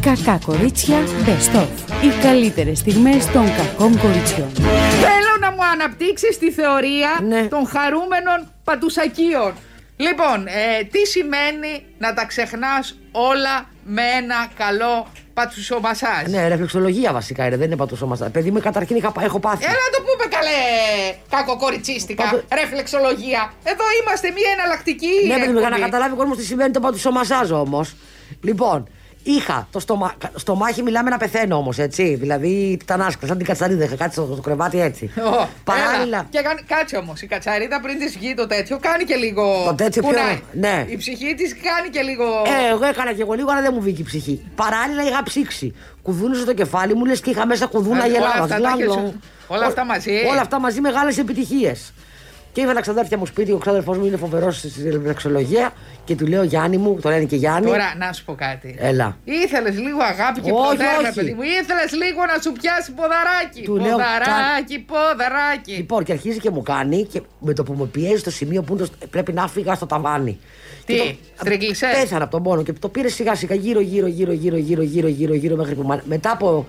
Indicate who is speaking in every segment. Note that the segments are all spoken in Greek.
Speaker 1: Κακά κορίτσια, best of. Οι καλύτερες στιγμές των κακών κοριτσιών.
Speaker 2: Θέλω να μου αναπτύξεις τη θεωρία
Speaker 3: Ναι.
Speaker 2: των χαρούμενων πατουσακίων. Λοιπόν, ε, τι σημαίνει να τα ξεχνάς όλα με ένα καλό πατουσομασάζ.
Speaker 3: Ναι, ρεφλεξολογία βασικά είναι, δεν είναι πατουσόμαστε. Παιδί μου, καταρχήν είχα, πα- έχω πάθει. Ναι,
Speaker 2: Έλα να το πούμε καλέ κακοκοριτσίστικα,
Speaker 3: Πάντω-
Speaker 2: ρεφλεξολογία. Εδώ είμαστε μια εναλλακτική
Speaker 3: Ναι, παιδί μου, για να
Speaker 2: εκπομπή.
Speaker 3: καταλάβει ο κόσμος τι σημαίνει το πατουσομασάζ όμως. Λοιπόν, είχα το στομα... στο μάχη μιλάμε να πεθαίνω όμως, έτσι. Δηλαδή, ήταν άσκηση, σαν την κατσαρίδα. Είχα κάτσει στο, στο κρεβάτι έτσι.
Speaker 2: Ω, έλα.
Speaker 3: Παράλληλα.
Speaker 2: Και κάνει, κάτσε όμως. Η κατσαρίδα πριν της βγει το τέτοιο, κάνει και λίγο.
Speaker 3: Το τέτοιο πιο-
Speaker 2: κουνάει.
Speaker 3: ναι.
Speaker 2: Η ψυχή της κάνει και λίγο.
Speaker 3: Ε, εγώ έκανα και εγώ λίγο, αλλά δεν μου βγήκε η ψυχή. Παράλληλα είχα ψήξει. Κουδούνισε το κεφάλι μου, λες και είχα μέσα κουδούνα
Speaker 2: Ε, όλα
Speaker 3: γελάδα.
Speaker 2: αυτά τα έχεις- όλα αυτά μαζί.
Speaker 3: Όλα αυτά μαζί, μεγάλες επιτυχίες. Και ήρθαν τα ξαδέρφια μου σπίτι, ο ξάδερφός μου είναι φοβερός στην ρεξολογία και του λέω Γιάννη μου, το λένε και Γιάννη.
Speaker 2: Τώρα να σου πω κάτι.
Speaker 3: Έλα.
Speaker 2: Ήθελες λίγο αγάπη και
Speaker 3: Όχι,
Speaker 2: ποδέρνα,
Speaker 3: όχι.
Speaker 2: παιδί μου. Ήθελες λίγο να σου πιάσει ποδαράκι.
Speaker 3: Του λέω,
Speaker 2: ποδαράκι, ποδαράκι.
Speaker 3: Λοιπόν, και αρχίζει και μου κάνει και με το που με πιέζει στο σημείο που είναι το- πρέπει να φύγα στο ταβάνι.
Speaker 2: Τι,
Speaker 3: Και το-
Speaker 2: στριγκλισές?
Speaker 3: Πέθανα από τον πόνο και το πήρε σιγά σιγά γύρω, γύρω, γύρω, γύρω, γύρω, γύρω, γύρω, γύρω μέχρι που μα- μετά από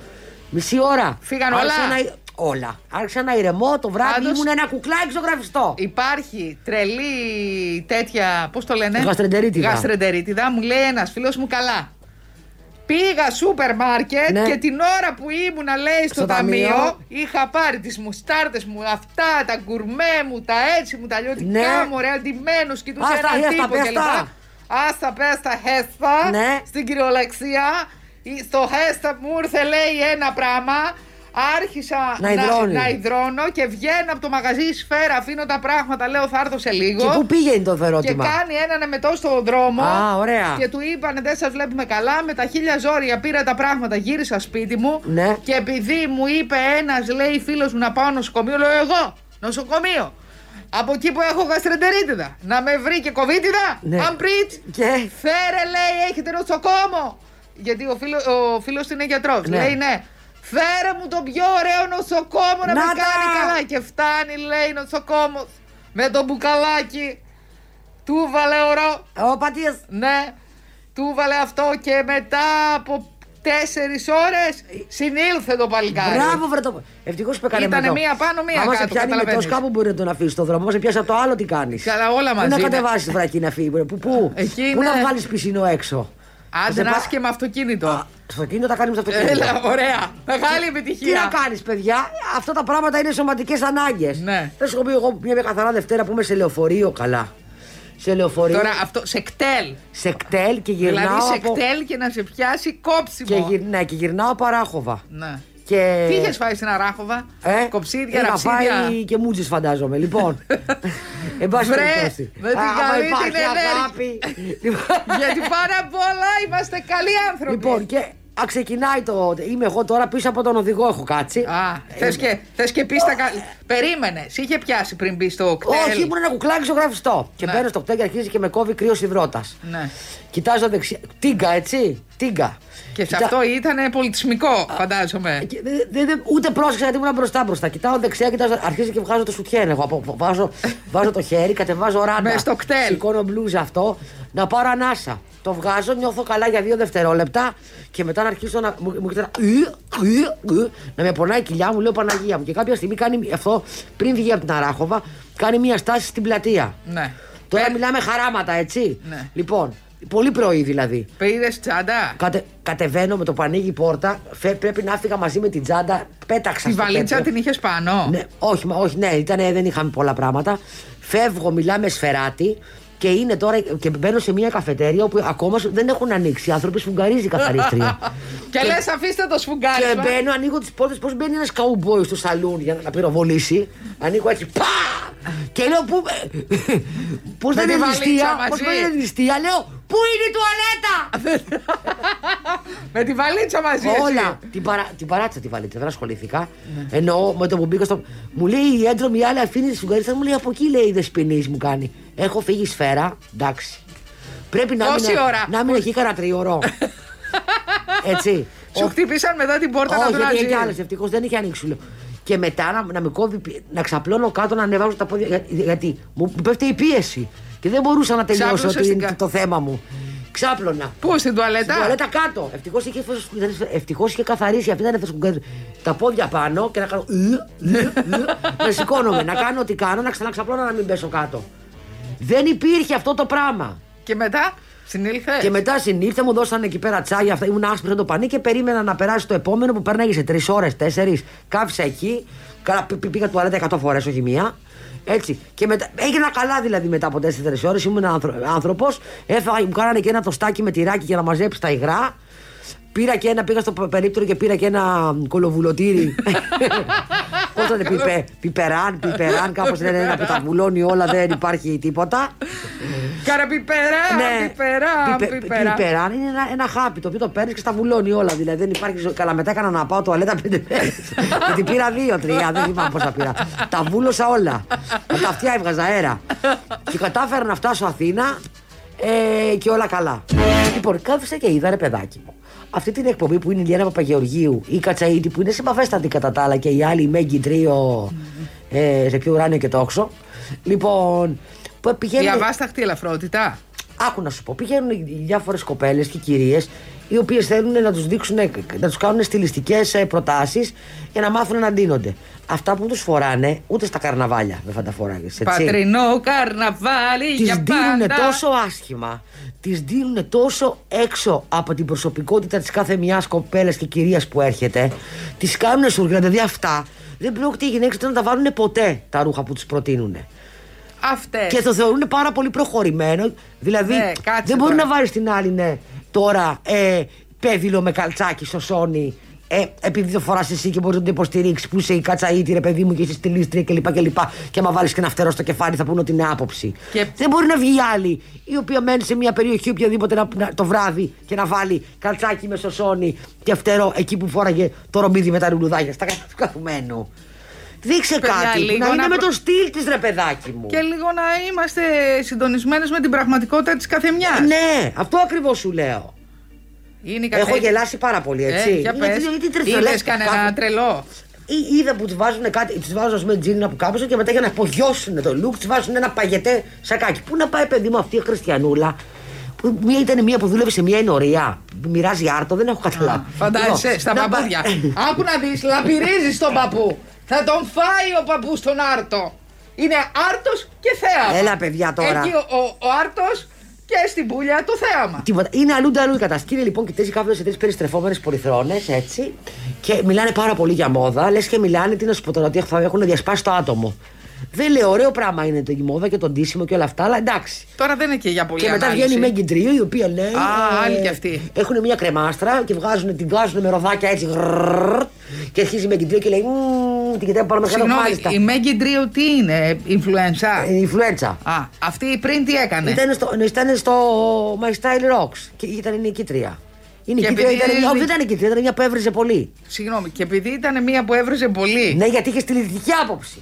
Speaker 3: μισή ώρα.
Speaker 2: Φύγαν
Speaker 3: άρχισα
Speaker 2: όλα?
Speaker 3: να- όλα. Άρχισα να ηρεμώ το βράδυ,
Speaker 2: Πάντως-
Speaker 3: ήμουν ένα κουκλάκι στο γραφιστό.
Speaker 2: Υπάρχει τρελή τέτοια. Πώς το λένε,
Speaker 3: Γαστρεντερίτιδα.
Speaker 2: Γαστρεντερίτιδα. Μου λέει ένας φίλος μου καλά. Πήγα σούπερ μάρκετ
Speaker 3: Ναι.
Speaker 2: και την ώρα που ήμουνα, λέει, στο,
Speaker 3: Στο
Speaker 2: ταμείο,
Speaker 3: ταμείο.
Speaker 2: είχα πάρει τις μουστάρτες μου, αυτά τα γκουρμέ μου, τα έτσι μου, τα λιωτικά
Speaker 3: Ναι.
Speaker 2: μου, ρε, αντιμένου και του
Speaker 3: Άστα,
Speaker 2: ένα
Speaker 3: χέστα,
Speaker 2: τύπο
Speaker 3: πες
Speaker 2: κλπ.
Speaker 3: τα.
Speaker 2: Άστα, πες τα χέστα,
Speaker 3: Ναι.
Speaker 2: στην κυριολεξία. Ή- Στο χέστα που μου ήρθε, λέει, ένα πράγμα. Άρχισα
Speaker 3: Να υδρώνει.
Speaker 2: να υδρώνω και βγαίνω από το μαγαζί σφαίρα, αφήνω τα πράγματα, λέω θα έρθω σε λίγο.
Speaker 3: Και πού πήγαινε το
Speaker 2: Και
Speaker 3: ερώτημα.
Speaker 2: κάνει έναν εμετό στον δρόμο.
Speaker 3: Α, ωραία.
Speaker 2: Και του είπανε δεν σας βλέπουμε καλά. Με τα χίλια ζόρια πήρα τα πράγματα, γύρισα σπίτι μου.
Speaker 3: Ναι.
Speaker 2: Και επειδή μου είπε ένας, λέει φίλος μου να πάω νοσοκομείο, λέω εγώ νοσοκομείο. Από εκεί που έχω γαστρεντερίτιδα. Να με βρει και κοβίτιδα.
Speaker 3: Ναι.
Speaker 2: Αν πριτ.
Speaker 3: Και-
Speaker 2: Φέρε, λέει, έχετε νοσοκόμο. Γιατί ο φίλο ο φίλος του είναι γιατρός.
Speaker 3: Ναι.
Speaker 2: Λέει, ναι. Φέρε μου τον πιο ωραίο νοσοκόμο να,
Speaker 3: Να
Speaker 2: με
Speaker 3: τα!
Speaker 2: κάνει καλά. Και φτάνει, λέει, νοσοκόμος με το μπουκαλάκι. Του βάλε ωραίο.
Speaker 3: Ο πατίας.
Speaker 2: Ναι. Του βάλε αυτό και μετά από τέσσερις ώρες συνήλθε το παλικάρι.
Speaker 3: Μπράβο, βρε το. Ευτυχώς που έκανε
Speaker 2: Ήτανε
Speaker 3: μετό.
Speaker 2: μία πάνω, μία
Speaker 3: Άμα σε
Speaker 2: κάτω,
Speaker 3: πιάνει μετό,
Speaker 2: καταλαβαίνεις.
Speaker 3: κάπου μπορεί να τον αφήσει το δρόμο. Άμα σε πιάσει από το άλλο, τι κάνεις.
Speaker 2: Καλά, όλα μαζί
Speaker 3: Πού
Speaker 2: είναι.
Speaker 3: να κατεβάσει βρακή να φύγει. Πού, πού,
Speaker 2: Εκεί
Speaker 3: πού να
Speaker 2: είναι.
Speaker 3: βγάλεις πισινό έξω.
Speaker 2: Άντε
Speaker 3: Σε
Speaker 2: να
Speaker 3: πά-
Speaker 2: είσαι και με αυτοκίνητο.
Speaker 3: Α, Στο κίνητο τα κάνει με το αυτοκίνητο.
Speaker 2: Έλα, ωραία. Μεγάλη
Speaker 3: Τι να
Speaker 2: επιτυχία.
Speaker 3: κάνεις, παιδιά, αυτά τα πράγματα είναι σωματικές ανάγκες.
Speaker 2: Ναι.
Speaker 3: Θα σου έχω πει εγώ μια καθαρά Δευτέρα που είμαι σε λεωφορείο καλά. Σε λεωφορείο,
Speaker 2: Τώρα αυτό σε κτέλ.
Speaker 3: σε κτέλ και γυρνάω.
Speaker 2: Δηλαδή σε
Speaker 3: από...
Speaker 2: κτέλ και να σε πιάσει
Speaker 3: Και,
Speaker 2: κόψιμο.
Speaker 3: γυρ... ναι, και γυρνάω παράχοβα.
Speaker 2: Ναι.
Speaker 3: Και...
Speaker 2: Τι είχες φάει στην Αράχοβα,
Speaker 3: Ε,
Speaker 2: κοψίδια,
Speaker 3: είχα
Speaker 2: ραψίδια.
Speaker 3: φάει και μούτζε, φαντάζομαι. Λοιπόν. Εν πάση
Speaker 2: Βρε,
Speaker 3: περιπτώσει.
Speaker 2: με την
Speaker 3: Άμα
Speaker 2: καλή
Speaker 3: υπάρχει
Speaker 2: την ενέργεια.
Speaker 3: αγάπη. Λοιπόν,
Speaker 2: Γιατί πάρα πολλά είμαστε καλοί άνθρωποι.
Speaker 3: Λοιπόν, και α, ξεκινάει το. Είμαι εγώ τώρα πίσω από τον οδηγό, έχω κάτσει.
Speaker 2: Α, θες και, θες και πεις τα καλή. Περίμενε, σε είχε πιάσει πριν μπει στο κτέλ.
Speaker 3: Όχι, ήμουν ένα κουκλάκι στο γραφιστό. Και
Speaker 2: Ναι.
Speaker 3: μπαίνω στο κτέ και αρχίζει και με κόβει κρύος υδρότας.
Speaker 2: Ναι.
Speaker 3: Κοιτάζω δεξιά. Τίγκα, έτσι. Τίγκα.
Speaker 2: Και σε
Speaker 3: Κοιτά- ε,
Speaker 2: αυτό ήταν πολιτισμικό, φαντάζομαι.
Speaker 3: Και δε- δε- δε- ούτε πρόσεξα γιατί ήμουν μπροστά μπροστά. Κοιτάω δεξιά, κοιτάζω, αρχίζει και βγάζω το σουτιέν. Εγώ από- βάζω, βάζω το χέρι, κατεβάζω ράντα.
Speaker 2: Μες στο κτέλ.
Speaker 3: Σηκώνω μπλουζ αυτό, να πάρω ανάσα. Το βγάζω, νιώθω καλά για δύο δευτερόλεπτα και μετά να αρχίσω να. Μου, μου κοιτά- «Ι, ι, ι», να με πονάει η κοιλιά μου, λέω Παναγία μου. Και κάποια στιγμή κάνει αυτό, πριν βγει από την Αράχοβα, κάνει μία στάση στην πλατεία.
Speaker 2: Ναι.
Speaker 3: Τώρα μιλάμε χαράματα, έτσι.
Speaker 2: Ναι.
Speaker 3: Λοιπόν, πολύ πρωί δηλαδή.
Speaker 2: Πήρες τσάντα.
Speaker 3: Κατε, κατεβαίνω με το που ανοίγει η πόρτα. Φε, πρέπει να έφυγα μαζί με την τσάντα. Πέταξα.
Speaker 2: Τη
Speaker 3: στο
Speaker 2: βαλίτσα
Speaker 3: τέτοιο.
Speaker 2: την είχες πάνω.
Speaker 3: Ναι, όχι, μα, όχι, ναι, ήτανε, δεν είχαμε πολλά πράγματα. Φεύγω, μιλάμε σφεράτη και είναι τώρα και μπαίνω σε μια καφετέρια όπου ακόμα σου- δεν έχουν ανοίξει. Οι άνθρωποι σφουγγαρίζει η καθαρίστρια.
Speaker 2: Και λες, αφήστε το σφουγγάρισμα.
Speaker 3: και μπαίνω, ανοίγω τις πόρτες. Πώς μπαίνει ένας καουμπόι στο σαλούν για να- να πυροβολήσει. Ανοίγω έτσι. Πα! Και λέω πού. Πώς
Speaker 2: Με
Speaker 3: δεν
Speaker 2: τη
Speaker 3: είναι
Speaker 2: βαλίτσα
Speaker 3: νηστεία. Πώς
Speaker 2: μαζί.
Speaker 3: δεν είναι νηστεία. Λέω πού είναι η τουαλέτα.
Speaker 2: Με τη βαλίτσα μαζί. εσύ.
Speaker 3: Όλα. Την, παρά, την παράτησα τη βαλίτσα, δεν ασχολήθηκα.
Speaker 2: Ναι.
Speaker 3: Εννοώ με το που μπήκα στο. Μου λέει η έντρο μια άλλη αφήνει τη σουγκαρίτσα μου λέει από εκεί λέει η δεσπινή μου κάνει. έχω φύγει σφαίρα, εντάξει. Πρέπει να
Speaker 2: Πόση
Speaker 3: μην,
Speaker 2: ώρα?
Speaker 3: να μην έχει κανένα τριωρό. Έτσι.
Speaker 2: Σου χτύπησαν μετά την πόρτα να
Speaker 3: Όχι,
Speaker 2: τον
Speaker 3: δεν είχε
Speaker 2: αζεί.
Speaker 3: άλλε. Ευτυχώς δεν είχε ανοίξει. σου λέω. Και μετά να, να με κόβει, πι- να ξαπλώνω κάτω, να ανεβάζω τα πόδια. για- γιατί μου πέφτει η πίεση. Και δεν μπορούσα να τελειώσω
Speaker 2: Ξάπλωσες
Speaker 3: την-
Speaker 2: την κα-
Speaker 3: το θέμα μου. Ξάπλωνα.
Speaker 2: Πού, στην τουαλέτα.
Speaker 3: Στην τουαλέτα κάτω. Ευτυχώς είχε, φως- ήταν- ευτυχώς είχε καθαρίσει. Αυτή ήταν φωσκουγγαρι. Τα πόδια πάνω και να κάνω. να σηκώνομαι, να κάνω ό,τι κάνω, να ξαναξαπλώνω να μην πέσω κάτω. Δεν υπήρχε αυτό το πράγμα.
Speaker 2: Και μετά συνήλθες.
Speaker 3: Και μετά συνήλθε, μου δώσανε εκεί πέρα τσάγια. Αυτά, ήμουν άσπρο το πανί και περίμενα να περάσει το επόμενο που πέρναγε σε τρεις ώρες, τέσσερις. Κάψα εκεί. Καλά, πή- πή- πήγα τουαλέτα 100 φορές, όχι μία. Έτσι. Και μετά, έγινα καλά δηλαδή μετά από 4 ώρες. Ήμουν άνθρωπο. Μου κάνανε και ένα τοστάκι με τυράκι για να μαζέψει τα υγρά. Πήρα και ένα, πήγα στο πε- περίπτερο και πήρα και ένα κολοβουλωτήρι. Πώ ήταν, πιπε, πιπεράν, πιπεράν, ναι, κάπως λένε ένα που τα βουλώνει όλα, δεν υπάρχει τίποτα.
Speaker 2: Καραπιπερά,
Speaker 3: Ναι.
Speaker 2: πιπερά,
Speaker 3: Πιπε-
Speaker 2: πιπερά.
Speaker 3: πιπεράν είναι ένα, ένα χάπι το οποίο το παίρνεις και στα βουλώνει όλα. Δηλαδή δεν υπάρχει. ζω- Καλά, μετά έκανα να πάω τουαλέτα πέντε μέρες. Γιατί πήρα δύο-τρία, δεν θυμάμαι πόσα πήρα. τα βούλωσα όλα. Με τα αυτιά έβγαζα αέρα. και κατάφερα να φτάσω Αθήνα ε, και όλα καλά. Λοιπόν, κάθισα και είδα ρε παιδάκι μου. Αυτή την εκπομπή που είναι η Λιάννα Παπαγεωργίου, η Κατσαήτη που είναι συμπαφέστατη κατά τα άλλα και η άλλη η Μέγκη Τρίο ε, σε πιο ουράνιο και τόξο. Λοιπόν, που
Speaker 2: Η
Speaker 3: πηγαίνει.
Speaker 2: αβάσταχτη ελαφρότητα.
Speaker 3: Άκου να σου πω, πηγαίνουν οι διάφορες κοπέλες και κυρίες, οι οποίες θέλουν να τους δείξουν, να τους κάνουν στιλιστικές προτάσει ε, για να μάθουν να ντύνονται. Αυτά που τους φοράνε, ούτε στα καρναβάλια δεν θα τα φοράνε. έτσι.
Speaker 2: Πατρινό καρναβάλι
Speaker 3: Τις
Speaker 2: για πάντα.
Speaker 3: δίνουν τόσο άσχημα, τις δίνουν τόσο έξω από την προσωπικότητα της κάθε μιας κοπέλας και κυρίας που έρχεται, τις κάνουν σουργά, δηλαδή αυτά δεν πρόκειται οι γυναίκες να τα βάλουν ποτέ τα ρούχα που τους προτείνουν.
Speaker 2: Αυτές.
Speaker 3: Και το θεωρούν πάρα πολύ προχωρημένο. Δηλαδή,
Speaker 2: Ναι, κάτσε
Speaker 3: δεν μπορεί
Speaker 2: τώρα.
Speaker 3: να βάλεις την άλλη, ναι, τώρα ε, πέδιλο με καλτσάκι στο σόνι. Ε, επειδή το φοράς εσύ και μπορείς να το υποστηρίξεις, που είσαι η κατσαήτη, ρε παιδί μου, και είσαι στη λίστρια κλπ. κλπ. Και άμα βάλεις και ένα φτερό στο κεφάλι, θα πούνε ότι είναι άποψη.
Speaker 2: Και-
Speaker 3: Δεν μπορεί να βγει η άλλη, η οποία μένει σε μια περιοχή οποιαδήποτε να, να- το βράδυ και να βάλει καλτσάκι με σωσόνι και φτερό εκεί που φόραγε το ρομπίδι με τα ρουλουδάκια. Στα κάτω του καθουμένου. Δείξε
Speaker 2: Παιδιά,
Speaker 3: κάτι.
Speaker 2: λίγο
Speaker 3: να είναι
Speaker 2: να
Speaker 3: με
Speaker 2: προ-
Speaker 3: το στυλ της, ρε παιδάκι μου.
Speaker 2: Και λίγο να είμαστε συντονισμένες με την πραγματικότητα της καθεμιάς.
Speaker 3: Ναι, αυτό ακριβώς σου λέω.
Speaker 2: Είναι η
Speaker 3: Έχω
Speaker 2: καθένα-
Speaker 3: γελάσει πάρα πολύ, έτσι.
Speaker 2: Ε, για
Speaker 3: Είναι-
Speaker 2: πες.
Speaker 3: είναι- είναι τρελό.
Speaker 2: Είδες κανένα
Speaker 3: Κάπου-
Speaker 2: τρελό.
Speaker 3: Ή- Είδα που τους βάζουν κάτι, τους βάζουν ας πούμε, τζίνι από κάπω και μετά για να απογειώσουν το look, τους βάζουν ένα παγετέ σακάκι. Πού να πάει, παιδί μου, αυτή η χριστιανούλα. Που μία ήταν μία που δούλευε σε μία ενορία. που Μοιράζει άρτο, δεν έχω καταλάβει.
Speaker 2: Φαντάζεσαι,
Speaker 3: Λοιπόν,
Speaker 2: στα
Speaker 3: να πα-
Speaker 2: παππούδια. Άκου να δεις, λαπυρίζεις τον παππού. Θα τον φάει ο παππούς τον Άρτο. Είναι Άρτος και θέαμα.
Speaker 3: Έλα, παιδιά, τώρα.
Speaker 2: Εκεί ο, ο, ο Άρτος και στην πουλιά το θέαμα.
Speaker 3: Τίποτα. Είναι αλλού τα αλλού η κατάσταση. Είναι, λοιπόν, κοιτάζει κάποιο σε τρει περιστρεφόμενες πολυθρόνες, έτσι. Και μιλάνε πάρα πολύ για μόδα. Λες και μιλάνε, τι να σου πω τώρα, ότι θα έχουν διασπάσει το άτομο. Δεν λέω, ωραίο πράγμα είναι το η μόδα και το ντύσιμο και όλα αυτά, αλλά εντάξει.
Speaker 2: Τώρα δεν είναι και για πολύ
Speaker 3: Και μετά
Speaker 2: ανάλυση.
Speaker 3: βγαίνει η Μέγκη Τρίο, η οποία λέει.
Speaker 2: Α, άλλη κι αυτή.
Speaker 3: Έχουν μια κρεμάστρα και βγάζουν, την βγάζουν με ροδάκια έτσι. γρρρρρ, και αρχίζει η Μέγκη Τρίο και λέει. «Μμμ, Την κοιτάει πάνω μέχρι να
Speaker 2: Συγγνώμη,
Speaker 3: μάλιστα. Ε,
Speaker 2: η Μέγκη Ντρίου τι είναι, influencer.
Speaker 3: Η Ινφλουέντσα.
Speaker 2: Α, αυτή πριν τι έκανε.
Speaker 3: Ήταν στο, ήταν στο My Style Rocks και ήταν η νικήτρια. Η νικήτρια
Speaker 2: επειδή
Speaker 3: ήταν,
Speaker 2: είναι-
Speaker 3: μια- όχι, δεν ήταν νικήτρια, ήταν μια που έβριζε πολύ.
Speaker 2: Συγγνώμη, και επειδή ήταν μία που έβριζε πολύ.
Speaker 3: Ναι, γιατί είχε τηλεοπτική άποψη.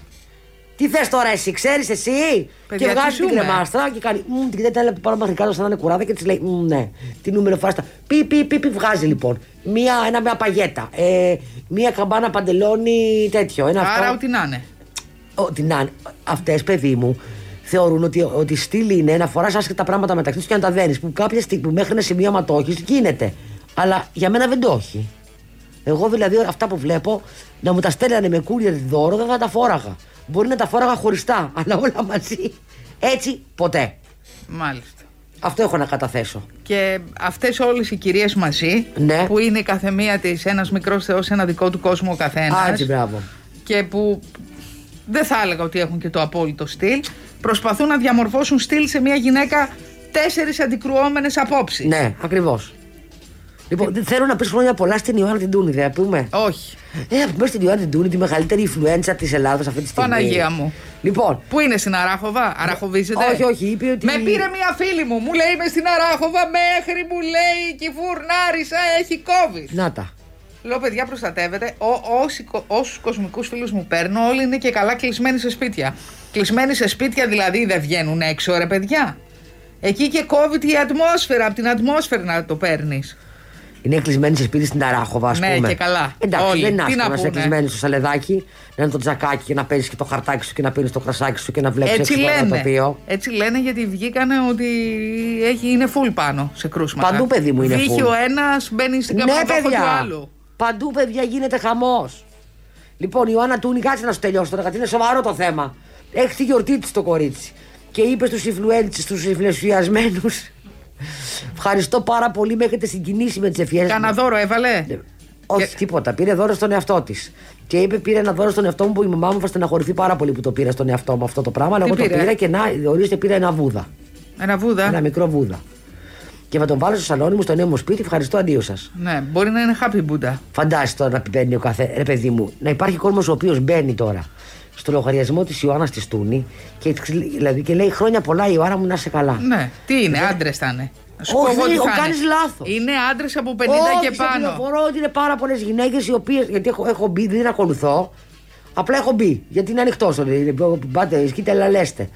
Speaker 3: Τι θες τώρα, εσύ, ξέρεις εσύ.
Speaker 2: Παιδιά,
Speaker 3: και
Speaker 2: τι
Speaker 3: βγάζει την
Speaker 2: ζούμε.
Speaker 3: κρεμάστρα και κάνει. Μμ, την κοιτάει την πάνω μέχρι κάτω, σαν να είναι κουράδα και της λέει. Μμ, ναι, τι νούμερο φάστα. Πι, πι, πι, πι, βγάζει λοιπόν. Μία, ένα με απαγέτα. Ε, μία καμπάνα παντελόνι τέτοιο. Ένα
Speaker 2: Άρα
Speaker 3: αυτό.
Speaker 2: ό,τι να είναι.
Speaker 3: Ότι να αυτές, παιδί μου, θεωρούν ότι, ότι στυλ είναι να φοράς άσχετα πράγματα μεταξύ τους και να τα δένεις. Που κάποια στιγμή μέχρι ένα σημείο, άμα το έχεις, γίνεται. Αλλά για μένα δεν το έχει. Εγώ δηλαδή αυτά που βλέπω να μου τα στέλνανε με courier δώρο δεν θα τα φόραγα. Μπορεί να τα φόραγα χωριστά, αλλά όλα μαζί. Έτσι ποτέ.
Speaker 2: Μάλιστα.
Speaker 3: Αυτό έχω να καταθέσω.
Speaker 2: Και αυτές όλες οι κυρίες μαζί,
Speaker 3: Ναι.
Speaker 2: που είναι η καθεμία της ένας μικρός θεός, ένα δικό του κόσμο ο καθένας.
Speaker 3: Έτσι, μπράβο.
Speaker 2: και που δεν θα έλεγα ότι έχουν και το απόλυτο στυλ, προσπαθούν να διαμορφώσουν στυλ σε μια γυναίκα τέσσερις αντικρουόμενες απόψεις.
Speaker 3: Ναι, ακριβώς. Λοιπόν, θέλω να πεις χρόνια πολλά στην Ιωάννα την Τούνη, δεν πούμε.
Speaker 2: Όχι.
Speaker 3: Ε, να πούμε στην Ιωάννα την Τούνη, τη μεγαλύτερη influencer της Ελλάδα αυτή τη στιγμή.
Speaker 2: Παναγία μου.
Speaker 3: Λοιπόν,
Speaker 2: Πού είναι στην Αράχοβα, Αραχοβίζεται.
Speaker 3: Ε, Όχι, όχι, είπε ότι-
Speaker 2: Με πήρε μία φίλη μου, μου λέει είμαι στην Αράχοβα μέχρι μου λέει και η φουρνάρισα έχει COVID.
Speaker 3: να τα.
Speaker 2: Λέω παιδιά προστατεύετε, Ό- όσοι κο- όσους κοσμικούς φίλους μου παίρνω όλοι είναι και καλά κλεισμένοι σε σπίτια. Κλεισμένοι σε σπίτια δηλαδή δεν βγαίνουν έξω ρε παιδιά. Εκεί και COVID η ατμόσφαιρα, από την ατμόσφαιρα να το παίρνεις.
Speaker 3: είναι κλεισμένοι σε σπίτι στην Ταράχοβα, ας
Speaker 2: Ναι,
Speaker 3: πούμε.
Speaker 2: και καλά.
Speaker 3: Εντάξει,
Speaker 2: Όλοι.
Speaker 3: δεν είναι
Speaker 2: Τι
Speaker 3: άσχημο
Speaker 2: να
Speaker 3: να είσαι
Speaker 2: πούνε.
Speaker 3: κλεισμένοι στο σαλεδάκι, να είναι το τζακάκι και να παίζεις και το χαρτάκι σου και να πίνεις το κρασάκι σου και να βλέπεις
Speaker 2: Έτσι
Speaker 3: έξω το ένα
Speaker 2: λένε.
Speaker 3: τοπίο.
Speaker 2: Έτσι λένε γιατί βγήκανε ότι έχει, είναι φουλ πάνω σε κρούσματα.
Speaker 3: Παντού, παιδί μου, είναι
Speaker 2: Βγήκε
Speaker 3: full.
Speaker 2: ο ένας, μπαίνει στην
Speaker 3: Ναι,
Speaker 2: καπνοτόχο του
Speaker 3: παιδιά.
Speaker 2: άλλου.
Speaker 3: Παντού, παιδιά, γίνεται χαμός. Λοιπόν, η Ιωάννα Τούνη, κάτσε να σου τελειώσω τώρα, γιατί είναι σοβαρό το θέμα. Έχει τη γιορτή της το κορίτσι. Και είπε στους influencers, στους influenciασμένου. Ευχαριστώ πάρα πολύ, με έχετε συγκινήσει με τις ευχές.
Speaker 2: Κάνα δώρο έβαλε.
Speaker 3: Ε, Όχι,
Speaker 2: Και-
Speaker 3: τίποτα. Πήρε δώρο στον εαυτό της. Και είπε: Πήρε ένα δώρο στον εαυτό μου που η μαμά μου θα στεναχωρηθεί πάρα πολύ που το πήρα στον εαυτό μου αυτό το πράγμα. Αλλά
Speaker 2: Τι
Speaker 3: εγώ το
Speaker 2: πήρε?
Speaker 3: πήρα και να, ορίστε, πήρα ένα βούδα.
Speaker 2: Ένα βούδα.
Speaker 3: Ένα μικρό βούδα. Και θα τον βάλω στο σαλόνι μου, στο νέο μου σπίτι. Ευχαριστώ, αντίο σας.
Speaker 2: Ναι, μπορεί να είναι happy Buddha.
Speaker 3: Φαντάζεσαι τώρα να μπαίνει ο καθένα. Ρε παιδί μου, να υπάρχει κόσμος ο οποίος μπαίνει τώρα στο λογαριασμό της Ιωάννας της Τούνη και, της- δηλαδή, και λέει χρόνια πολλά η Ιωάννα μου να είσαι καλά.
Speaker 2: Ναι. Τι είναι, άντρες θα είναι. Σου πω
Speaker 3: Ε, Όχι,
Speaker 2: εγώ
Speaker 3: δεν
Speaker 2: τι θα
Speaker 3: είναι,
Speaker 2: είναι.
Speaker 3: κάνεις λάθος.
Speaker 2: Είναι άντρες από 50
Speaker 3: Όχι,
Speaker 2: και
Speaker 3: σε
Speaker 2: πάνω.
Speaker 3: πληροφορώ ότι είναι πάρα πολλές γυναίκες οι οποίες. Γιατί έχω, έχω μπει, δεν ακολουθώ. Απλά έχω μπει. Γιατί είναι ανοιχτό. Πάτε, ισχύτε, αλλά λέστε.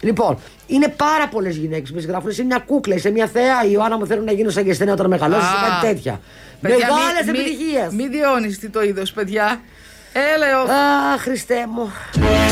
Speaker 3: Λοιπόν, είναι πάρα πολλές γυναίκες που γράφουν. Είσαι μια κούκλα, είσαι μια θεά. Η Ιωάννα μου θέλω να γίνω σαν και στενά όταν μεγαλώσει.
Speaker 2: Α,
Speaker 3: Κάτι τέτοια.
Speaker 2: παιδιά, μη-
Speaker 3: Μεγάλες
Speaker 2: μη-
Speaker 3: επιτυχίες.
Speaker 2: Μη διώνεις τι το είδος, παιδιά. Έλεω.
Speaker 3: Α, Χριστέ μου.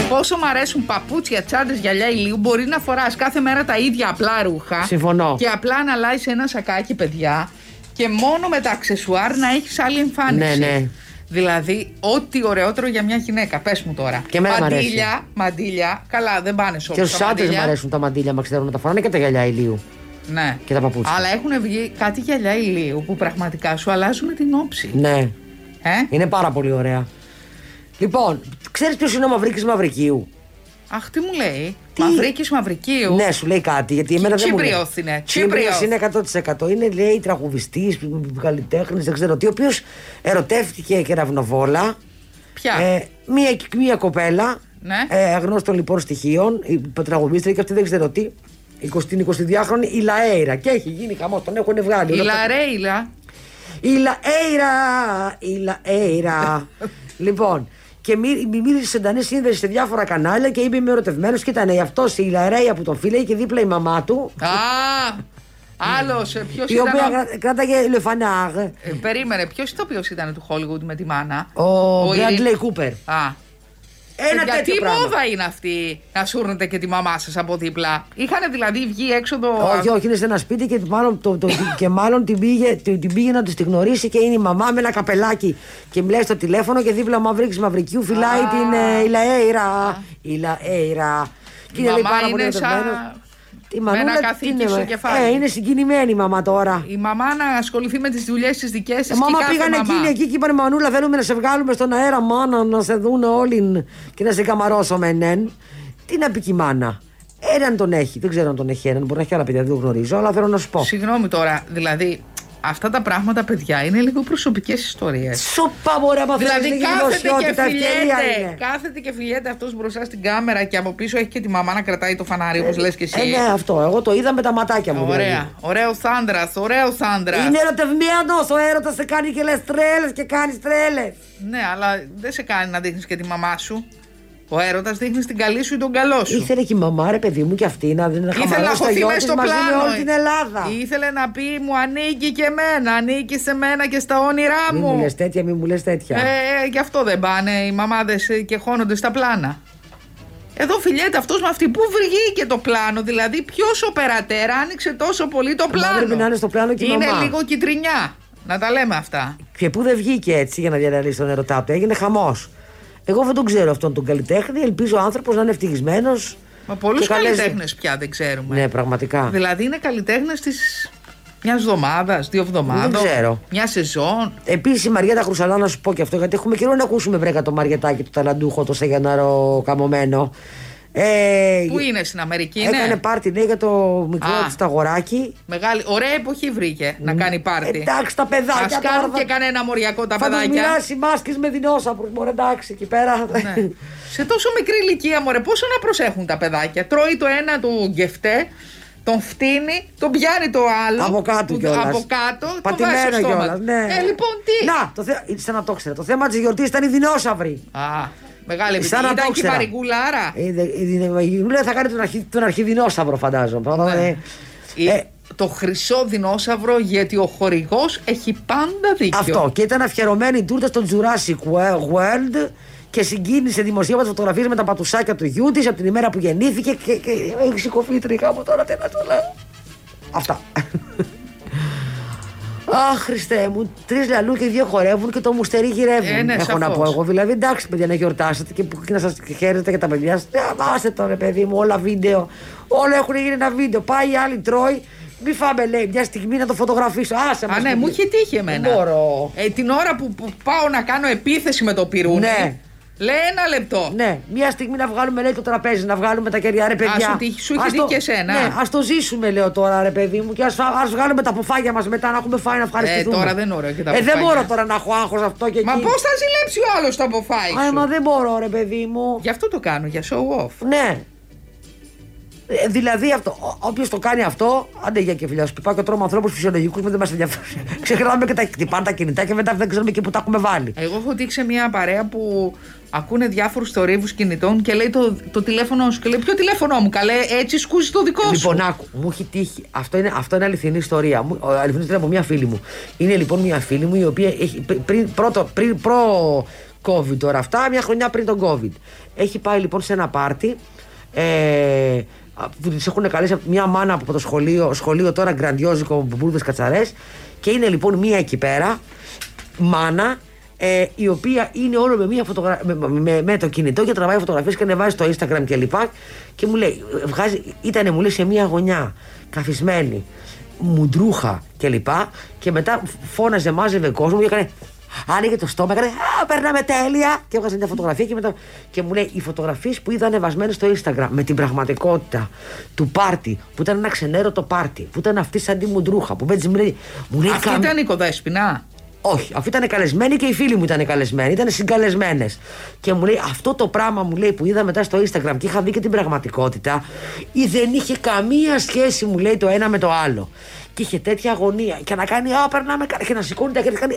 Speaker 2: Πόσο μ' αρέσουν παπούτσια, τσάντε, γυαλιά ηλίου, μπορεί να φοράς κάθε μέρα τα ίδια απλά ρούχα.
Speaker 3: Συμφωνώ.
Speaker 2: Και απλά να αλλάζεις ένα σακάκι, παιδιά. Και μόνο με τα αξεσουάρ να έχεις άλλη εμφάνιση.
Speaker 3: Ναι, ναι.
Speaker 2: Δηλαδή, ό,τι ωραιότερο για μια γυναίκα. Πες μου τώρα.
Speaker 3: Και εμένα μ' αρέσει.
Speaker 2: μαντήλια, μαντήλια. Καλά, δεν πάνε σε όλους.
Speaker 3: Και στους άντρες μου αρέσουν τα μαντήλια, μα ξέρουν να τα φοράνε και τα γυαλιά ηλίου.
Speaker 2: Ναι.
Speaker 3: και τα παπούτσια.
Speaker 2: Αλλά έχουν βγει κάτι γυαλιά ηλίου που πραγματικά σου αλλάζουν την όψη.
Speaker 3: Ναι,
Speaker 2: Ε?
Speaker 3: είναι πάρα πολύ ωραία. Λοιπόν, ξέρεις ποιος είναι ο Μαυρίκης Μαυρικίου.
Speaker 2: Αχ, τι μου λέει.
Speaker 3: Τι?
Speaker 2: Μαυρίκης Μαυρικίου.
Speaker 3: Ναι, σου λέει κάτι, γιατί εμένα δεν μου λέει.
Speaker 2: Τσίπριος είναι,
Speaker 3: Τσίπριος
Speaker 2: Τσίπριος.
Speaker 3: είναι 100%. Είναι, λέει, τραγουδιστής, καλλιτέχνης, δεν ξέρω τι, ο οποίος ερωτεύτηκε κεραυνοβόλα.
Speaker 2: Ποια?
Speaker 3: Ε, μία, μία κοπέλα,
Speaker 2: Ναι.
Speaker 3: ε, αγνώστων λοιπόν στοιχείων, η τραγουδίστρια και αυτή δεν ξέρω τι, 20-22χρονη, η Λαέιρα. Και έχει γίνει χαμός, τον έχουν βγάλει.
Speaker 2: Η
Speaker 3: Όλα αυτά.
Speaker 2: Λαρέιλα.
Speaker 3: Η Λαέιρα! Η Λαέιρα! λοιπόν, και μι- μι- μίλησε σε εντανή σύνδεση σε διάφορα κανάλια και είπε είμαι ερωτευμένος και ήταν αυτό η Λαέιρα που τον φίλε και δίπλα η μαμά του.
Speaker 2: Α, άλλος. Ποιος
Speaker 3: Η οποία
Speaker 2: ήταν. ο-
Speaker 3: κρα- κράταγε λεφανάγ.
Speaker 2: Ε, Περίμενε, ποιος ηθοποιό ήταν του Hollywood με τη μάνα.
Speaker 3: Ο Μπράντλεϊ
Speaker 2: Ειρη-
Speaker 3: Κούπερ.
Speaker 2: Α.
Speaker 3: Ένα
Speaker 2: Παιδιά,
Speaker 3: τέτοιο
Speaker 2: τι
Speaker 3: πράγμα.
Speaker 2: μόδα είναι αυτή να σούρνετε και τη μαμά σας από δίπλα. Είχαν δηλαδή βγει έξω το.
Speaker 3: Όχι, όχι, είναι σε ένα σπίτι και μάλλον, το, το- και μάλλον την, πήγε, την, την πήγε να του τη γνωρίσει και είναι η μαμά με ένα καπελάκι. Και μιλάει στο τηλέφωνο και δίπλα ο Μαυρίκης Μαυρικιού φυλάει την ε, η Λαέιρα. Η Λαέιρα. Και
Speaker 2: Η
Speaker 3: λέει
Speaker 2: μαμά
Speaker 3: πάρα πολύ
Speaker 2: είναι σαν
Speaker 3: ερωτευμένος. Τη
Speaker 2: με ένα
Speaker 3: μανούλα, τι
Speaker 2: καθήκι
Speaker 3: είναι,
Speaker 2: στο
Speaker 3: ε,
Speaker 2: κεφάλι.
Speaker 3: Ε, είναι συγκινημένη η μαμά τώρα.
Speaker 2: Η μαμά να ασχοληθεί με τις δουλειές της δικές της.
Speaker 3: Ε, μάμα πήγανε εκείνοι εκεί και είπαν Μανούλα, θέλουμε να σε βγάλουμε στον αέρα. Μάνα να σε δουν όλοι και να σε καμαρώσουμε. ενέν». Τι να πει και η μάνα. Έναν τον έχει. Δεν ξέρω αν τον έχει έναν. Μπορεί να έχει άλλα παιδιά, δεν το γνωρίζω, αλλά θέλω να σου πω.
Speaker 2: Συγγνώμη τώρα, δηλαδή αυτά τα πράγματα, παιδιά, είναι λίγο προσωπικές ιστορίες.
Speaker 3: Σούπα μπορεί να μαθαίνει
Speaker 2: Δηλαδή
Speaker 3: λίγη
Speaker 2: κάθεται και
Speaker 3: δημοσιότητα. Ευκαιρία
Speaker 2: φιλιέται.
Speaker 3: είναι.
Speaker 2: Κάθεται και φιλιέται αυτός μπροστά στην κάμερα και από πίσω έχει και τη μαμά να κρατάει το φανάρι, όπως λες και εσύ.
Speaker 3: Ε, ναι, αυτό. Εγώ το είδα με τα ματάκια μου. δηλαδή.
Speaker 2: Ωραία. Ωραίο θάντρα, ωραίο θάντρα.
Speaker 3: Είναι ερωτευμένο. Ο έρωτας σε κάνει και λες τρέλες και κάνεις τρέλες.
Speaker 2: Ναι, αλλά δεν σε κάνει να δείχνεις και τη μαμά σου. Ο έρωτας δείχνει την καλή σου ή τον καλό σου.
Speaker 3: Ήθελε και η μαμά, ρε παιδί μου, και αυτή να δεν
Speaker 2: Ήθελε να
Speaker 3: χαμαρώσει το
Speaker 2: χωθεί
Speaker 3: γιο
Speaker 2: μέσα
Speaker 3: της
Speaker 2: στο
Speaker 3: μαζί
Speaker 2: πλάνο. ε.
Speaker 3: με όλη την Ελλάδα.
Speaker 2: Ήθελε να πει μου ανήκει και εμένα, ανήκει σε μένα και στα όνειρά
Speaker 3: Μη
Speaker 2: μου.
Speaker 3: μου λες τέτοια, μη μου λες τέτοια.
Speaker 2: Ε, γι' αυτό δεν πάνε οι μαμάδες ε, και χώνονται στα πλάνα. Εδώ φιλιέται αυτός με αυτή. Πού βρήκε το πλάνο, δηλαδή ποιος ο περατέρα άνοιξε τόσο πολύ το πλάνο.
Speaker 3: Ε, πρέπει να είναι στο πλάνο και η
Speaker 2: Είναι
Speaker 3: μαμά.
Speaker 2: λίγο κυτρινιά. Να τα λέμε αυτά.
Speaker 3: Και που δεν βγήκε έτσι για να διαναλύσει τον ερωτά του. Έγινε χαμός. Εγώ δεν τον ξέρω αυτόν τον καλλιτέχνη. Ελπίζω ο άνθρωπος να είναι ευτυχισμένος.
Speaker 2: Μα πολλούς καλλιτέχνες πια δεν ξέρουμε.
Speaker 3: Ναι, πραγματικά.
Speaker 2: Δηλαδή είναι καλλιτέχνες της μιας εβδομάδας, δύο εβδομάδων.
Speaker 3: Δεν ξέρω.
Speaker 2: Μια σεζόν.
Speaker 3: Επίσης η Μαριέτα Χρυσαλά, να σου πω και αυτό, γιατί έχουμε καιρό να ακούσουμε βρέκα το Μαριετάκι του Ταλαντούχο, το Σαγιανάρο Καμωμένο. Ε,
Speaker 2: Πού είναι στην Αμερική, είναι.
Speaker 3: Έκανε πάρτι, ναι, για το μικρό
Speaker 2: Α.
Speaker 3: της αγοράκι.
Speaker 2: Μεγάλη, ωραία εποχή βρήκε να κάνει πάρτι.
Speaker 3: Ε, Εντάξει, τα παιδάκια
Speaker 2: Ας
Speaker 3: τώρα
Speaker 2: κάνουν
Speaker 3: θα-
Speaker 2: και κανένα μοριακό τα
Speaker 3: Θα τους
Speaker 2: παιδάκια.
Speaker 3: μοιράσει μάσκες με δεινόσαυρους, μωρέ, εντάξει, εκεί πέρα.
Speaker 2: Ναι. Σε τόσο μικρή ηλικία, μωρέ, πόσο να προσέχουν τα παιδάκια. Τρώει το ένα του γκεφτέ, τον φτύνει, τον πιάνει το άλλο.
Speaker 3: Από κάτω
Speaker 2: του-
Speaker 3: κιόλας.
Speaker 2: Από κάτω, τον βάζει στο
Speaker 3: Πατημένο
Speaker 2: στόμα.
Speaker 3: κιόλα.
Speaker 2: του.
Speaker 3: Ναι.
Speaker 2: Ε, λοιπόν, τι.
Speaker 3: Να, το θε... σαν να το ξέρα. Το θέμα της γιορτής ήταν οι δεινόσαυροι.
Speaker 2: Α, μεγάλη
Speaker 3: Σαν
Speaker 2: επιτυχία.
Speaker 3: να το
Speaker 2: Ήταν και η
Speaker 3: ξέρα.
Speaker 2: παρικούλα, άρα.
Speaker 3: Ε, δε- Η Γουλέα θα κάνει τον, αρχι... τον αρχιδινόσαυρο, φαντάζομαι.
Speaker 2: Ναι.
Speaker 3: Ε,
Speaker 2: Η-
Speaker 3: ε,
Speaker 2: το χρυσό δεινόσαυρο γιατί ο χορηγός έχει πάντα δίκιο.
Speaker 3: Αυτό. Και ήταν αφιερωμένη η τούρτα στο Jurassic World και συγκίνησε δημοσίευμα φωτογραφίες με τα πατουσάκια του γιού της από την ημέρα που γεννήθηκε. Και, και έχει σηκωθεί η τρίχα μου τώρα, τι να του λέω. Αυτά. Αχ, Χριστέ μου, τρεις λαλού και δύο χορεύουν και το μουστερί γυρεύουν.
Speaker 2: Ε, ναι,
Speaker 3: έχω να
Speaker 2: σαφώς.
Speaker 3: πω εγώ. Δηλαδή, εντάξει, παιδιά, να γιορτάσετε και, που- και να σας χαίρετε και τα παιδιά σας. Διαβάστε το ρε παιδί μου, όλα βίντεο. Όλα έχουν γίνει ένα βίντεο. Πάει η άλλη, τρώει. Μη φάμε, λέει, μια στιγμή να το φωτογραφίσω. Άσε
Speaker 2: Α,
Speaker 3: μας,
Speaker 2: ναι,
Speaker 3: παιδί.
Speaker 2: μου είχε τύχει εμένα.
Speaker 3: Δεν μπορώ.
Speaker 2: Ε, την ώρα που, που πάω να κάνω επίθεση με το πυρούνι.
Speaker 3: Ναι.
Speaker 2: Λέει ένα λεπτό.
Speaker 3: Ναι, μια στιγμή να βγάλουμε λέει το τραπέζι, να βγάλουμε τα κεριά, ρε παιδιά.
Speaker 2: σου τύχει- σου έχεις
Speaker 3: Ας
Speaker 2: τύχει
Speaker 3: το-
Speaker 2: και εσένα.
Speaker 3: Ναι, ας το ζήσουμε, λέω τώρα, ρε παιδί μου, και ας βγάλουμε τα πουφάγια μας μετά να έχουμε φάει να ευχαριστηθούμε.
Speaker 2: Ε, τώρα δεν είναι ωραίο και τα
Speaker 3: Ε, δεν
Speaker 2: πουφάκια.
Speaker 3: μπορώ τώρα να έχω άγχος αυτό και
Speaker 2: Μα
Speaker 3: εκεί.
Speaker 2: πώς θα ζηλέψει ο άλλος το αποφάει
Speaker 3: Α,
Speaker 2: σου.
Speaker 3: μα δεν μπορώ, ρε παιδί μου.
Speaker 2: Γι' αυτό το κάνω, για show off.
Speaker 3: Ναι. Ε, δηλαδή, αυτό, όποιος το κάνει αυτό, άντε για και φιλιά, σου πάω και τρώμε ανθρώπους φυσιολογικούς που δεν μας ενδιαφέρουν. Ξεχνάμε και τα χτυπάνε τα κινητά και μετά δεν ξέρουμε και που τα έχουμε βάλει.
Speaker 2: Εγώ έχω τύχει σε μια παρέα που ακούνε διάφορους θορύβους κινητών και λέει το, το τηλέφωνο σου. Και λέει: Ποιο τηλέφωνο μου, καλέ, έτσι σκούζει το δικό σου.
Speaker 3: Λοιπόν, άκου, μου έχει τύχει. Αυτό είναι, αυτό είναι αληθινή ιστορία. Μου, ο- αληθινή ιστορία από μια φίλη μου. Είναι λοιπόν μια φίλη μου η οποία έχει πρι- πριν, πρώτο, πριν προ COVID τώρα αυτά, μια χρονιά πριν τον COVID. Έχει πάει λοιπόν σε ένα πάρτι. Ε, α, που τη έχουν καλέσει από- μια μάνα από το σχολείο, σχολείο τώρα γκραντιόζικο με μπουρδες κατσαρές. Και είναι λοιπόν μία εκεί πέρα, μάνα, ε, η οποία είναι όλο με, μία φωτογρα... με, με- με το κινητό και τραβάει φωτογραφίες και ανεβάζει στο Instagram και λοιπά και μου λέει, ε, βγάζει, ήτανε μου λέει σε μία γωνιά, καθισμένη, μουντρούχα και λοιπά και μετά φώναζε, μάζευε κόσμο και έκανε Άνοιγε το στόμα, έκανε Α, περνάμε τέλεια! Και έβγαζε μια φωτογραφία και, μετά, και μου λέει: Οι φωτογραφίες που είδα ανεβασμένες στο Instagram με την πραγματικότητα του πάρτι, που ήταν ένα ξενέρωτο πάρτι, που ήταν αυτή σαν τη μουντρούχα, που μπέτζε μου λέει: Μου λέει
Speaker 2: Αυτή
Speaker 3: «Καμ-
Speaker 2: ήταν η κοδέσπινα.
Speaker 3: όχι, αφού ήταν καλεσμένοι και οι φίλοι μου ήταν καλεσμένοι, ήταν συγκαλεσμένες. Και μου λέει, αυτό το πράγμα μου λέει που είδα μετά στο Instagram και είχα δει και την πραγματικότητα, ή δεν είχε καμία σχέση, μου λέει, το ένα με το άλλο. Και είχε τέτοια αγωνία. Και να κάνει, Α, περνάμε καλά. Και να σηκώνει τα χέρια, και να κάνει,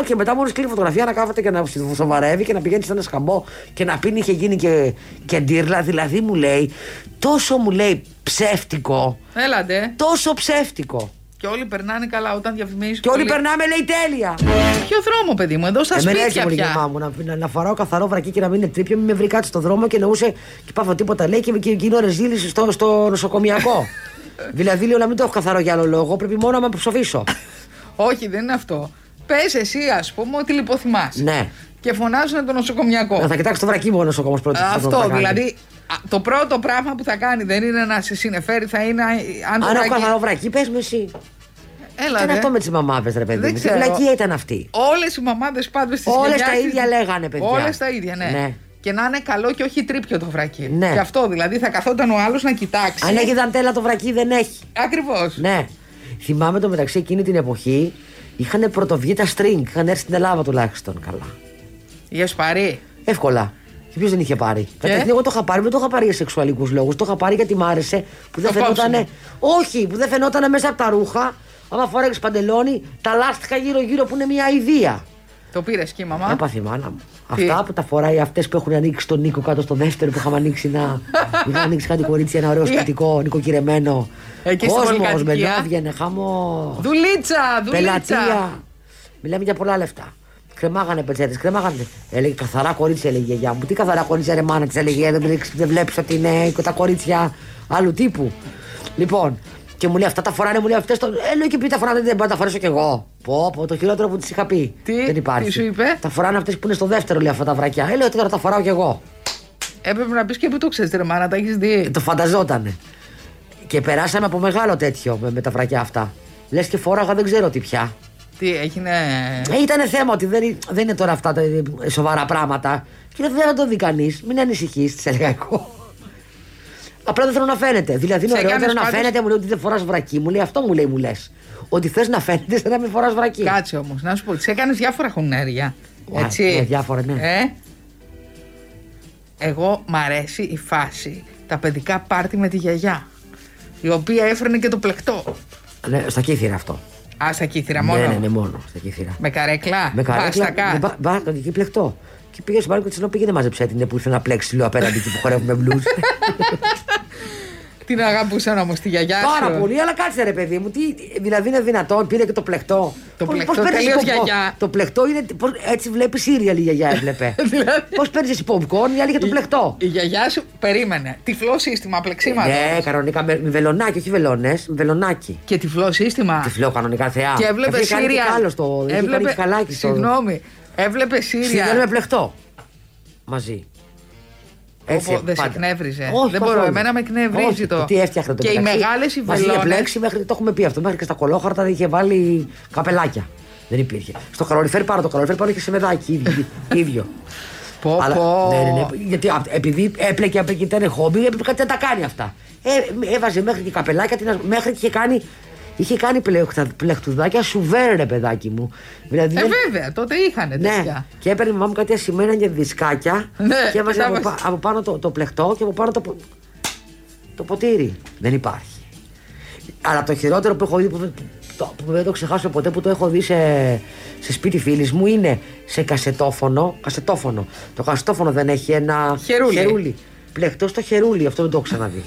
Speaker 3: Α, και μετά μόλις κλείνει η φωτογραφία να κάθεται και να σοβαρεύει και να πηγαίνει σε ένα σκαμπό και να πίνει, είχε γίνει και, και ντύρλα. Δηλαδή μου λέει, τόσο μου λέει ψεύτικο,
Speaker 2: Έλατε.
Speaker 3: τόσο ψεύτικο.
Speaker 2: Και όλοι περνάνε καλά όταν διαφημίζει.
Speaker 3: Και όλοι περνάμε, λέει, τέλεια.
Speaker 2: Ποιο δρόμο, παιδί μου, εδώ στα
Speaker 3: Εμένα έτσι
Speaker 2: σπίτια
Speaker 3: μου λέγε η
Speaker 2: πια.
Speaker 3: μαμά μου να, να, να φοράω καθαρό βρακί και να μην είναι τρίπιο, μην με βρει κάτι στον δρόμο και εννοούσε και πάω τίποτα λέει και, και γίνω ρεζίλης στο, στο νοσοκομιακό. δηλαδή λέω να μην το έχω καθαρό για άλλο λόγο, πρέπει μόνο να με ψοφήσω.
Speaker 2: Όχι, δεν είναι αυτό. Πες εσύ, ας πούμε, ότι λιποθυμάσαι.
Speaker 3: ναι.
Speaker 2: Και φωνάζουν το νοσοκομιακό.
Speaker 3: Να θα κοιτάξει το βρακί μου ο νοσοκομός πρώτα.
Speaker 2: Αυτό δηλαδή. α, Το πρώτο πράγμα που θα κάνει δεν είναι να σε συνεφέρει, θα είναι α, αν το
Speaker 3: Αν έχω
Speaker 2: βράκι-
Speaker 3: καθαρό βρακί, πες μου εσύ. Τι
Speaker 2: Έλα,
Speaker 3: είναι
Speaker 2: ρε.
Speaker 3: αυτό με τις μαμάδες, ρε παιδί
Speaker 2: Δεν
Speaker 3: μου. Τι
Speaker 2: ξέρω.
Speaker 3: βλακία ήταν αυτή.
Speaker 2: Όλες οι μαμάδες πάντω τη
Speaker 3: Όλες τα ίδια λέγανε, παιδιά.
Speaker 2: Όλες τα ίδια, ναι.
Speaker 3: Ναι.
Speaker 2: Και να είναι καλό και όχι τρίπιο το βρακί.
Speaker 3: Ναι.
Speaker 2: Και αυτό δηλαδή θα καθόταν ο άλλος να κοιτάξει.
Speaker 3: Αν έχει δαντέλα το βρακί, δεν έχει.
Speaker 2: Ακριβώς.
Speaker 3: Ναι. Θυμάμαι το μεταξύ εκείνη την εποχή είχαν πρωτοβγεί τα string. Είχαν έρθει στην Ελλάδα τουλάχιστον καλά.
Speaker 2: Για σπαρί.
Speaker 3: Εύκολα. Και ποιος δεν είχε πάρει. Καταρχήν, εγώ το είχα πάρει, δεν το είχα πάρει για σεξουαλικούς λόγους. Το είχα πάρει γιατί μ' άρεσε που δεν
Speaker 2: Το
Speaker 3: φαινόταν.
Speaker 2: κόψιμο.
Speaker 3: Όχι, που δεν φαινόταν μέσα από τα ρούχα. Άμα φοράγε παντελόνι, τα λάστιχα γύρω-γύρω που είναι μια ιδέα.
Speaker 2: Το πήρες και η μαμά.
Speaker 3: Έπαθε η μάνα μου.
Speaker 2: Τι?
Speaker 3: Αυτά που τα φοράει αυτές που έχουν ανοίξει τον Νίκο κάτω στο δεύτερο που είχαμε ανοίξει να. είχα ανοίξει κάτι κορίτσι, ένα ωραίο σπιτικό, νοικοκυρεμένο.
Speaker 2: Εκεί στην
Speaker 3: Κόσμο,
Speaker 2: πολυκατοικία.
Speaker 3: μενόβγαινε, χαμό.
Speaker 2: Δουλίτσα, δουλίτσα.
Speaker 3: Πελατεία. Μιλάμε για πολλά λεφτά. Κρεμάγανε πετσέτες, κρεμάγανε. Έλεγε καθαρά κορίτσια, έλεγε η γιαγιά μου. Τι καθαρά κορίτσια, ρε μάνα της, έλεγε. «Ε, Δεν, βλέπεις- δεν βλέπεις ότι είναι τα κορίτσια άλλου τύπου. Λοιπόν, και μου λέει αυτά τα φοράνε, μου λέει αυτές. Το... Ε, λέω και πει τα φοράνε, δεν μπορώ να τα φορέσω κι εγώ. Πω, πω, το χειρότερο που της είχα πει.
Speaker 2: Τι,
Speaker 3: δεν υπάρχει.
Speaker 2: τι σου είπε?
Speaker 3: Τα φοράνε αυτές που είναι στο δεύτερο, λέει αυτά τα βρακιά. Ε, λέω τώρα τα φοράω κι εγώ.
Speaker 2: Έπρεπε να πεις και που το ξέρεις, ρε μάνα, τα έχεις δει.
Speaker 3: Ε, Το φανταζότανε. Και περάσαμε από μεγάλο τέτοιο με, με τα βρακιά αυτά. Λες και φοράγα δεν ξέρω τι πια.
Speaker 2: Τι έγινε.
Speaker 3: Ε, ήταν θέμα ότι δεν, δεν είναι τώρα αυτά τα ε, σοβαρά πράγματα. Και δεν θα το δει κανείς. Μην ανησυχείς, της έλεγα εγώ. Απλά δεν θέλω να φαίνεται. Δηλαδή είναι
Speaker 2: Σε
Speaker 3: ωραιότερο
Speaker 2: κάνεις
Speaker 3: να
Speaker 2: πάντως-
Speaker 3: φαίνεται, μου λέει ότι δεν φοράς βρακί. Μου λέει αυτό μου λέει, μου λες. Ότι θες να φαίνεται σαν να μην φοράς βρακί.
Speaker 2: Κάτσε όμως, να σου πω, τη έκανες διάφορα χουνέρια.
Speaker 3: Α,
Speaker 2: Έτσι.
Speaker 3: ναι, διάφορα, ναι.
Speaker 2: Ε? Εγώ μ' αρέσει η φάση. Τα παιδικά πάρτι με τη γιαγιά. Η οποία έφερνε και το πλεκτό.
Speaker 3: Ναι, στα κύθυρα αυτό.
Speaker 2: Α, στα κύθυρα μόνο.
Speaker 3: Ναι, ναι, ναι, μόνο στα κύθυρα.
Speaker 2: Με καρέκλα.
Speaker 3: Με καρέκλα.
Speaker 2: Παστακά.
Speaker 3: με μπα- μπα- και πλεκτό. Και πήγε στο μπάρκο τη λέω πήγαινε μαζεψέ την ε, που ήρθε να πλέξει λίγο απέναντι εκεί που χορεύουμε μπλουζ.
Speaker 2: Την αγαπούσαν όμως τη γιαγιά σου.
Speaker 3: Πάρα πολύ, αλλά κάτσε ρε παιδί μου. Τι, δηλαδή είναι δυνατόν, πήρε και το πλεκτό.
Speaker 2: Το
Speaker 3: Πώς-
Speaker 2: πλεκτό,
Speaker 3: πώς παίρνεις
Speaker 2: τελείως
Speaker 3: popcorn?
Speaker 2: γιαγιά.
Speaker 3: Το πλεκτό είναι. πώς- έτσι βλέπει σύριαλ η γιαγιά έβλεπε.
Speaker 2: Δηλαδή.
Speaker 3: Πώς παίρνεις εσύ popcorn, η άλλη για το
Speaker 2: Η-
Speaker 3: πλεκτό.
Speaker 2: Η γιαγιά σου περίμενε. Τυφλό σύστημα πλεξίματος.
Speaker 3: Ναι, κανονικά με, με βελονάκι, όχι βελονέ, με βελονάκι.
Speaker 2: Και τυφλό σύστημα.
Speaker 3: Τυφλό κανονικά θεά.
Speaker 2: Και έβλεπε
Speaker 3: Είχε κάνει και
Speaker 2: Σύρια.
Speaker 3: κάλος το. είχε κάνει και καλάκι στο.
Speaker 2: Συγγνώμη. Έβλεπε
Speaker 3: Σύριαλ με
Speaker 2: Σύρια.
Speaker 3: πλεκτό. Μαζί. Έτσι,
Speaker 2: Όπου δεν σε
Speaker 3: πάντα.
Speaker 2: εκνεύριζε.
Speaker 3: Όχι,
Speaker 2: δεν μπορώ,
Speaker 3: καθόλου.
Speaker 2: εμένα με εκνευρίζει
Speaker 3: Όχι,
Speaker 2: το.
Speaker 3: Τι έφτιαχνε το
Speaker 2: Και οι
Speaker 3: μεταξύ.
Speaker 2: μεγάλες οι
Speaker 3: Μας είχε
Speaker 2: βελόνες.
Speaker 3: μπλέξει μέχρι, το έχουμε πει αυτό. Μέχρι και στα κολόχαρτα είχε βάλει καπελάκια. Δεν υπήρχε. Στο καλοριφέρ πάρα το καλοριφέρ πάνω είχε σε μεδάκι. ίδιο- ίδιο.
Speaker 2: Πω,
Speaker 3: Αλλά-
Speaker 2: πω.
Speaker 3: Ναι, ναι, ναι, γιατί απ- επειδή έπλεκε από εκεί ήταν χόμπι, έπρεπε κάτι να τα κάνει αυτά. Ε, έβαζε μέχρι και καπελάκια, τι να σου- μέχρι και είχε κάνει, είχε κάνει πλεοχτα- πλεχτουδάκια σουβέρ, ρε παιδάκι μου. Δηλαδή,
Speaker 2: Ε,
Speaker 3: δεν-
Speaker 2: βέβαια, τότε είχανε
Speaker 3: ναι,
Speaker 2: τέτοια.
Speaker 3: και έπαιρνε η μαμά μου κάτι ασημένα για δισκάκια
Speaker 2: Ναι,
Speaker 3: και έβαζε
Speaker 2: τα
Speaker 3: από,
Speaker 2: βάζε.
Speaker 3: πα- από πάνω το, το πλεκτό και από πάνω το, πο- το ποτήρι. Δεν υπάρχει. Αλλά το χειρότερο που έχω δει, που, δεν- το, που δεν το ξεχάσω ποτέ, που το έχω δει σε, σε σπίτι φίλης μου, είναι σε κασετόφωνο. κασετόφωνο. Το κασετόφωνο δεν έχει ένα
Speaker 2: Χερούλι.
Speaker 3: Πλεκτός στο χερούλι, αυτό δεν το έχω ξαναδεί.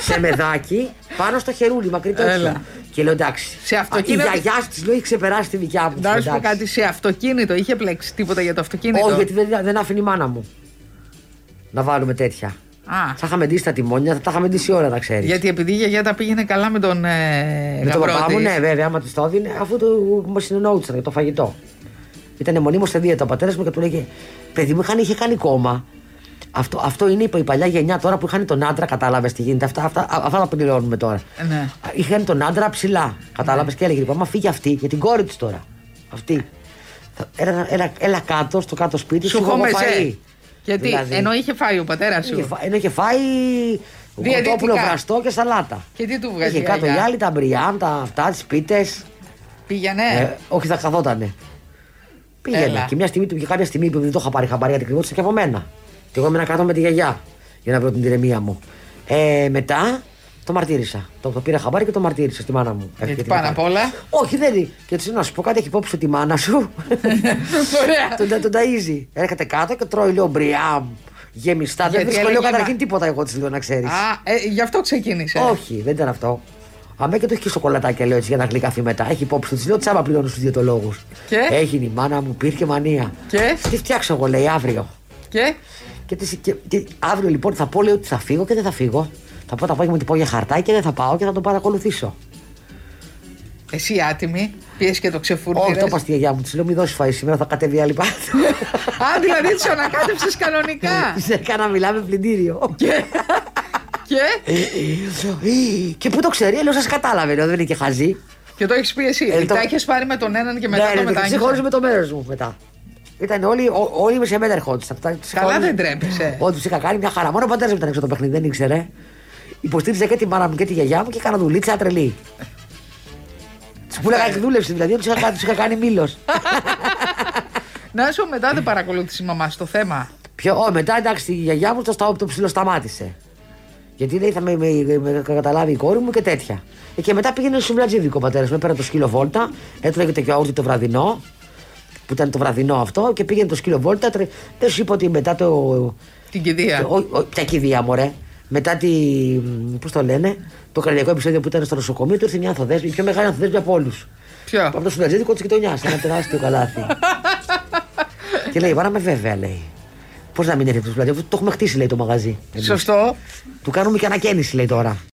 Speaker 3: σε μεδάκι, πάνω στο χερούλι, μακρύ το
Speaker 2: Έλα.
Speaker 3: έξω. Και λέω εντάξει.
Speaker 2: Σε
Speaker 3: α,
Speaker 2: αυτοκίνητο-
Speaker 3: Η γιαγιά της λέει έχει ξεπεράσει τη δικιά μου.
Speaker 2: Να σου πω
Speaker 3: εντάξει.
Speaker 2: κάτι σε αυτοκίνητο. Είχε πλέξει τίποτα για το αυτοκίνητο.
Speaker 3: Όχι, γιατί δεν, δεν άφηνε η μάνα μου να βάλουμε τέτοια.
Speaker 2: Α,
Speaker 3: Θα είχαμε ντύσει τα τιμόνια, θα τα είχαμε ντύσει όλα, τα ξέρεις.
Speaker 2: γιατί επειδή η γιαγιά τα πήγαινε καλά με τον ε,
Speaker 3: Με τον
Speaker 2: γαμπρό
Speaker 3: παπά μου,
Speaker 2: της.
Speaker 3: ναι, βέβαια, άμα της το έδινε, αφού το μας συνεννοούτησαν για το φαγητό. Ήταν μονίμως σε δίαιτα ο πατέρας μου και του λέγε Παιδί μου, είχαν, είχε κάνει κόμμα. Αυτό, αυτό είναι η παλιά γενιά τώρα που είχαν τον άντρα, κατάλαβες τι γίνεται. Αυτά, αυτά, α- αυτά τα πληρώνουμε τώρα.
Speaker 2: Ναι.
Speaker 3: Είχαν τον άντρα ψηλά. Κατάλαβες και έλεγε: Λοιπόν, μα φύγει αυτή για την κόρη της τώρα. Αυτή. Θα- Έλα, έλα, έλα κάτω, στο κάτω σπίτι,
Speaker 2: Σου
Speaker 3: σου έχω
Speaker 2: χώμεσε.
Speaker 3: φαΐ».
Speaker 2: Γιατί
Speaker 3: Δηλαδή.
Speaker 2: ενώ είχε φάει ο πατέρας
Speaker 3: Είχε
Speaker 2: σου.
Speaker 3: φά- Ενώ είχε φάει
Speaker 2: Διαιτητικά.
Speaker 3: κοτόπουλο βραστό και σαλάτα.
Speaker 2: Και τι του βγάζει
Speaker 3: Είχε
Speaker 2: η
Speaker 3: κάτω
Speaker 2: γιαγιά?
Speaker 3: οι άλλοι τα μπριάμ, τα αυτά, τις πίτες.
Speaker 2: Πήγαινε.
Speaker 3: όχι, θα καθότανε. Πήγαινε.
Speaker 2: Ε. Έλα.
Speaker 3: Και μια στιγμή του και κάποια στιγμή που δεν το είχα πάρει χαμπάρι γιατί κρυβόταν και από μένα. Και εγώ έμενα κάτω με τη γιαγιά για να βρω την ηρεμία μου. Ε, μετά το μαρτύρησα. Το, το πήρα χαμπάρι και το μαρτύρησα στη μάνα μου.
Speaker 2: Γιατί
Speaker 3: Ε, την
Speaker 2: πάνω
Speaker 3: είχα.
Speaker 2: απ' όλα.
Speaker 3: Όχι, δεν είναι. Και τη να σου πω κάτι, έχει υπόψη τη μάνα σου.
Speaker 2: Ωραία.
Speaker 3: τον, τον ταΐζει. Έρχεται κάτω και τρώει, λέω μπριάμ. Γεμιστά.
Speaker 2: Γιατί
Speaker 3: δεν τη λέω
Speaker 2: έλεγε,
Speaker 3: καταρχήν
Speaker 2: μα-
Speaker 3: τίποτα εγώ της λέω να ξέρεις.
Speaker 2: Α, ε, γι' αυτό ξεκίνησε.
Speaker 3: Όχι, δεν ήταν αυτό. Αμέ και το έχει και σοκολατάκια, λέω έτσι, για να γλυκαθεί μετά. Έχει υπόψη του. Λέω τσάμπα πληρώνω στους διαιτολόγους.
Speaker 2: Και?
Speaker 3: Έγινε η μάνα μου, πήρε και μανία.
Speaker 2: Και?
Speaker 3: Τι φτιάξω εγώ, λέει, αύριο.
Speaker 2: Και
Speaker 3: Και, της- και, και αύριο λοιπόν θα πω, λέει, ότι θα φύγω και δεν θα φύγω. Θα πω το απόγευμα ότι πάω για χαρτάκι και δεν θα πάω και θα τον παρακολουθήσω.
Speaker 2: εσύ άτιμη, πίεση και το ξεφούρνιρες.
Speaker 3: Όχι, το είπα στη γιαγιά μου, της λέω, μη δώσει φαΐ σήμερα, θα κατέβει άλλη πάνω.
Speaker 2: Α, δηλαδή τις ανακάτεψες κανονικά.
Speaker 3: Τη έκανα, μιλάμε πλυντήριο. Ε,
Speaker 2: και,
Speaker 3: και πού το ξέρει, λέω, σας κατάλαβε, λέω, δεν είναι και χαζή.
Speaker 2: και το έχεις πει εσύ.
Speaker 3: Ε,
Speaker 2: Ε,
Speaker 3: το-
Speaker 2: Τα έχεις πάρει με τον έναν και μετά
Speaker 3: ναι,
Speaker 2: το
Speaker 3: ναι, ναι,
Speaker 2: μετάνιωσα.
Speaker 3: ξεχώριζε με το μέρος μου μετά. Ήταν όλοι, ό, όλοι με σε μένα ερχόντουσαν. Αυτά τους
Speaker 2: Καλά
Speaker 3: είχα-
Speaker 2: δεν τρέπεσαι.
Speaker 3: Ό,τι τους είχα κάνει μια χαρά. Μόνο ο πατέρα μου ήταν έξω το παιχνίδι, δεν ήξερε. Υποστήριζα και τη μάνα μου και τη γιαγιά μου και έκανα δουλίτσα τρελή.
Speaker 2: Ε.
Speaker 3: Τους που λέγανε δούλευση δηλαδή, τους είχα, τους είχα κάνει μήλος.
Speaker 2: Να σου πω, μετά δεν παρακολούθησε η μαμά στο θέμα.
Speaker 3: Πιο, ω, μετά εντάξει, η γιαγιά μου το, στα, το ψηλό σταμάτησε. Γιατί λέει θα με, με- με καταλάβει η κόρη μου και τέτοια. Ε, και μετά πήγαινε στο βλατζίδικο ο πατέρας μου, έπαιρνε το σκύλο βόλτα, έτρωγε το γιαούρτι το βραδινό, που ήταν το βραδινό αυτό, και πήγαινε το σκύλο βόλτα. τρε- Δεν σου είπα ότι μετά το.
Speaker 2: Την κηδεία.
Speaker 3: το- Ε, ο- ο- Ποια κηδεία, μωρέ. Μετά τη. Πώς το λένε, το καρδιακό επεισόδιο που ήταν στο νοσοκομείο, του ήρθε μια ανθοδέσμη, η πιο μεγάλη ανθοδέσμη από όλους. Από
Speaker 2: Ποιο.
Speaker 3: το σουβλατζίδικο της γειτονιάς, ένα τεράστιο καλάθι. και λέει, Βάρα με βέβαια, λέει. Ε, Πώς να μην έρθει το σουβλατζίδικο, το έχουμε χτίσει, λέει το μαγαζί. εμείς.
Speaker 2: Σωστό.
Speaker 3: Του κάνουμε και ανακαίνιση, λέει τώρα.